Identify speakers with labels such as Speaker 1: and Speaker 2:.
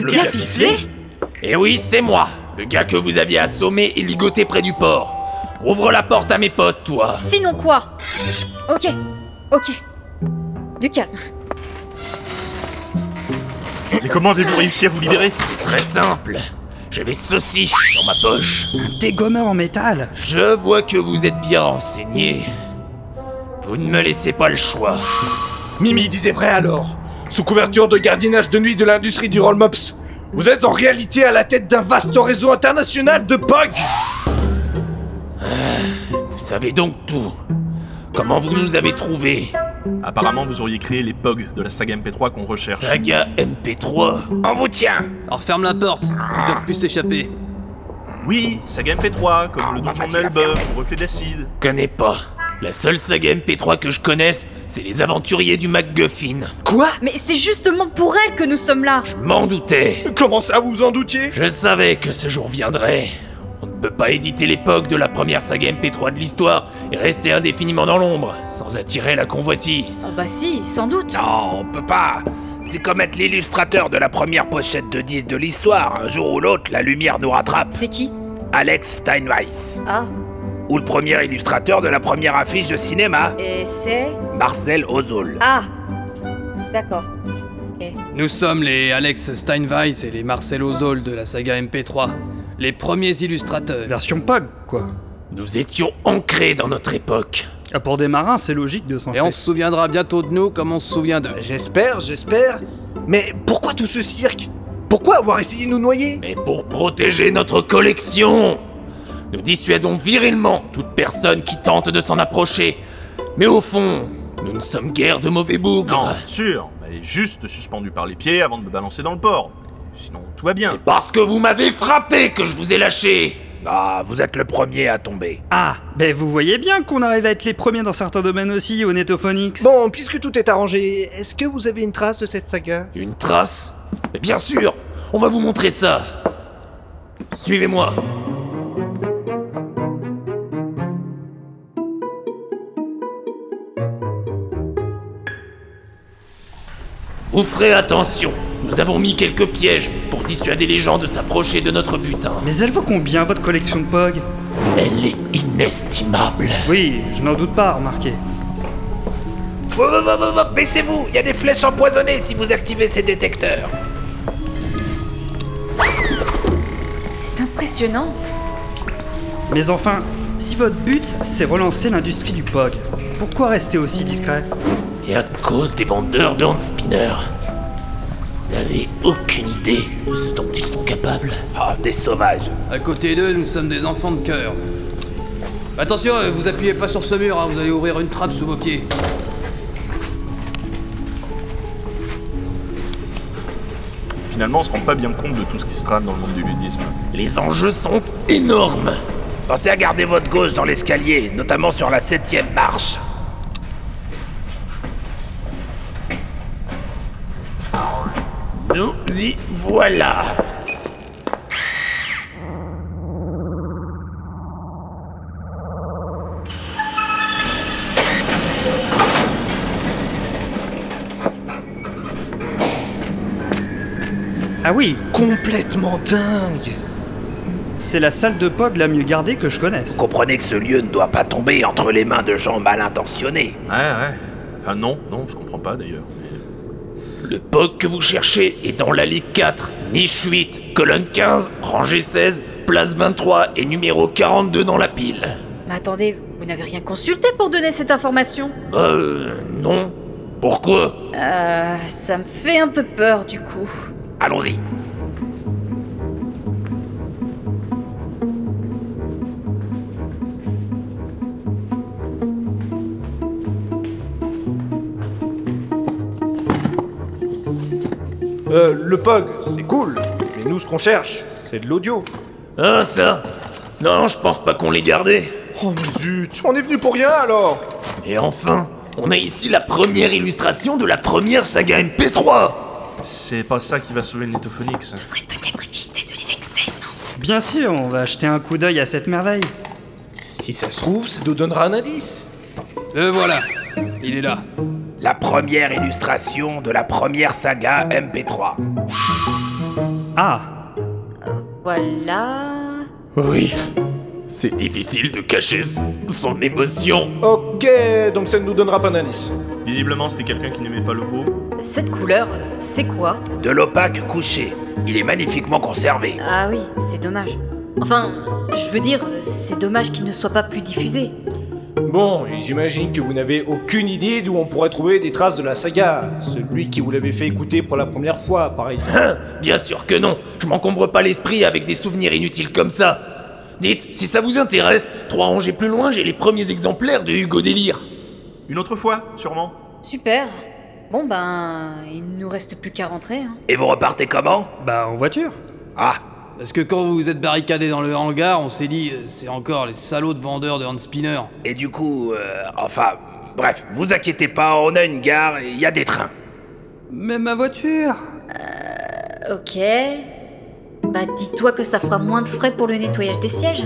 Speaker 1: Le gars ficelé
Speaker 2: Eh oui, c'est moi, le gars que vous aviez assommé et ligoté près du port. Rouvre la porte à mes potes, toi.
Speaker 1: Sinon quoi Ok, ok. Du calme.
Speaker 3: Mais comment avez-vous réussi à vous libérer
Speaker 2: Très simple. J'avais ceci dans ma poche.
Speaker 4: Un dégommeur en métal
Speaker 2: Je vois que vous êtes bien renseigné. Vous ne me laissez pas le choix.
Speaker 5: Mimi disait vrai alors. Sous couverture de gardiennage de nuit de l'industrie du roll mops, vous êtes en réalité à la tête d'un vaste réseau international de bugs.
Speaker 2: Vous savez donc tout. Comment vous nous avez trouvés
Speaker 3: Apparemment, vous auriez créé les POG de la saga MP3 qu'on recherche.
Speaker 2: Saga MP3. On vous tient
Speaker 6: Alors ferme la porte, ils doivent plus s'échapper.
Speaker 3: Oui, saga MP3, comme le don
Speaker 2: facile à
Speaker 3: journal Bob,
Speaker 2: fermer.
Speaker 3: reflet d'acide.
Speaker 2: Connais pas. La seule saga MP3 que je connaisse, c'est les aventuriers du MacGuffin.
Speaker 5: Quoi
Speaker 1: Mais c'est justement pour elle que nous sommes là
Speaker 2: M'en doutais.
Speaker 5: Comment ça vous vous en doutiez
Speaker 2: Je savais que ce jour viendrait. On ne peut pas éditer l'époque de la première saga MP3 de l'histoire et rester indéfiniment dans l'ombre, sans attirer la convoitise.
Speaker 1: Ah bah si, sans doute.
Speaker 7: Non, on peut pas. C'est comme être l'illustrateur de la première pochette de 10 de l'histoire. Un jour ou l'autre, la lumière nous rattrape.
Speaker 1: C'est qui
Speaker 7: Alex Steinweiss.
Speaker 1: Ah,
Speaker 7: Ou le premier illustrateur de la première affiche de cinéma,
Speaker 1: et c'est...
Speaker 7: Marcel Ozol.
Speaker 1: Ah D'accord.
Speaker 6: Nous sommes les Alex Steinweiss et les Marcel Ozol de la saga MP3, les premiers illustrateurs.
Speaker 4: Version POG, quoi.
Speaker 2: Nous étions ancrés dans notre époque.
Speaker 4: Ah, Pour des marins, c'est logique de s'en
Speaker 6: Et on se souviendra bientôt de nous comme on se souvient d'eux.
Speaker 5: J'espère, j'espère. Mais pourquoi tout ce cirque Pourquoi avoir essayé de nous noyer
Speaker 2: Mais pour protéger notre collection, nous dissuadons virilement toute personne qui tente de s'en approcher. Mais au fond, nous ne sommes guère de mauvais bougres.
Speaker 3: Sûr, on m'avait juste suspendu par les pieds avant de me balancer dans le port. Mais Sinon, tout va bien.
Speaker 2: C'est parce que vous m'avez frappé que je vous ai lâché.
Speaker 7: Ah, vous êtes le premier à tomber.
Speaker 4: Ah, ben vous voyez bien qu'on arrive à être les premiers dans certains domaines aussi, au Netophonix.
Speaker 8: Bon, puisque tout est arrangé, est-ce que vous avez une trace de cette saga
Speaker 2: Une trace Mais bien sûr, on va vous montrer ça. Suivez-moi. Vous ferez attention. Nous avons mis quelques pièges pour dissuader les gens de s'approcher de notre butin.
Speaker 4: Mais elle vaut combien, votre collection de POG
Speaker 2: Elle est inestimable.
Speaker 4: Oui, je n'en doute pas, remarquez.
Speaker 7: Wow, wow, wow, wow, wow, Bah, Baissez-vous, il y a des flèches empoisonnées si vous activez ces détecteurs.
Speaker 1: C'est impressionnant.
Speaker 4: Mais enfin, si votre but, c'est relancer l'industrie du POG, pourquoi rester aussi discret
Speaker 2: Et à cause des vendeurs de hand spinner, vous n'avez aucune idée de ce dont ils sont capables.
Speaker 7: Ah, des sauvages.
Speaker 6: À côté d'eux, nous sommes des enfants de cœur. Attention, euh, vous appuyez pas sur ce mur, hein, vous allez ouvrir une trappe sous vos pieds.
Speaker 3: Finalement, on se rend pas bien compte de tout ce qui se trame dans le monde du ludisme.
Speaker 2: Les enjeux sont énormes.
Speaker 5: Bah,
Speaker 7: Pensez à garder votre gauche dans l'escalier, notamment sur la septième marche.
Speaker 2: Nous y voilà.
Speaker 4: Ah oui,
Speaker 8: Complètement dingue
Speaker 4: c'est la salle de POG la mieux gardée que je connaisse.
Speaker 7: Comprenez que ce lieu ne doit pas tomber entre les mains de gens mal intentionnés.
Speaker 3: Ouais, ouais. Enfin, non, non, je comprends pas d'ailleurs.
Speaker 2: Le POG que vous cherchez est dans l'allée 4, niche 8, colonne 15, rangée 16, place 23 et numéro 42 dans la pile.
Speaker 1: Mais attendez, vous n'avez rien consulté pour donner cette information
Speaker 2: Euh, non. Pourquoi
Speaker 1: Euh, ça me fait un peu peur du coup.
Speaker 7: Allons-y.
Speaker 5: Euh, le POG, c'est cool. Mais nous, ce qu'on cherche, c'est de l'audio.
Speaker 2: Ah, ça Non, je pense pas qu'on l'ait gardé.
Speaker 5: Oh mais zut On est venu pour rien alors
Speaker 2: Et enfin, on a ici la première illustration de la première saga MP3
Speaker 3: C'est pas ça qui va sauver le Netophonix.
Speaker 1: Peut-être éviter de les vexer, non
Speaker 4: Bien sûr, on va jeter un coup d'œil à cette merveille.
Speaker 5: Si ça se trouve, ça nous donnera un indice.
Speaker 6: Le Euh, voilà, il est là.
Speaker 7: La première illustration de la première saga MP3.
Speaker 4: Ah,
Speaker 1: Voilà.
Speaker 2: Oui. C'est difficile de cacher s- son émotion.
Speaker 5: Ok, donc ça ne nous donnera pas d'indice.
Speaker 3: Visiblement, c'était quelqu'un qui n'aimait pas le beau.
Speaker 1: Cette couleur, euh, c'est quoi
Speaker 7: De l'opaque couché. Il est magnifiquement conservé.
Speaker 1: Ah oui, c'est dommage. Enfin, je veux dire, euh, c'est dommage qu'il ne soit pas plus diffusé.
Speaker 5: Bon, et j'imagine que vous n'avez aucune idée d'où on pourrait trouver des traces de la saga. Celui qui vous l'avait fait écouter pour la première fois, par exemple.
Speaker 2: Bien sûr que non, je m'encombre pas l'esprit avec des souvenirs inutiles comme ça. Dites, si ça vous intéresse, trois rangées plus loin, j'ai les premiers exemplaires de Hugo Délire.
Speaker 3: Une autre fois, sûrement.
Speaker 1: Super. Bon ben, il ne nous reste plus qu'à rentrer. hein.
Speaker 7: Et vous repartez comment
Speaker 4: bah en voiture.
Speaker 7: Ah,
Speaker 6: Parce que quand vous vous êtes barricadé dans le hangar, on s'est dit, euh, c'est encore les salauds de vendeurs de hand spinner.
Speaker 7: et du coup, euh, enfin, bref, vous inquiétez pas, on a une gare et il y a des trains.
Speaker 4: Mais ma voiture
Speaker 1: Ok. Bah dis-toi que ça fera moins de frais pour le nettoyage des sièges.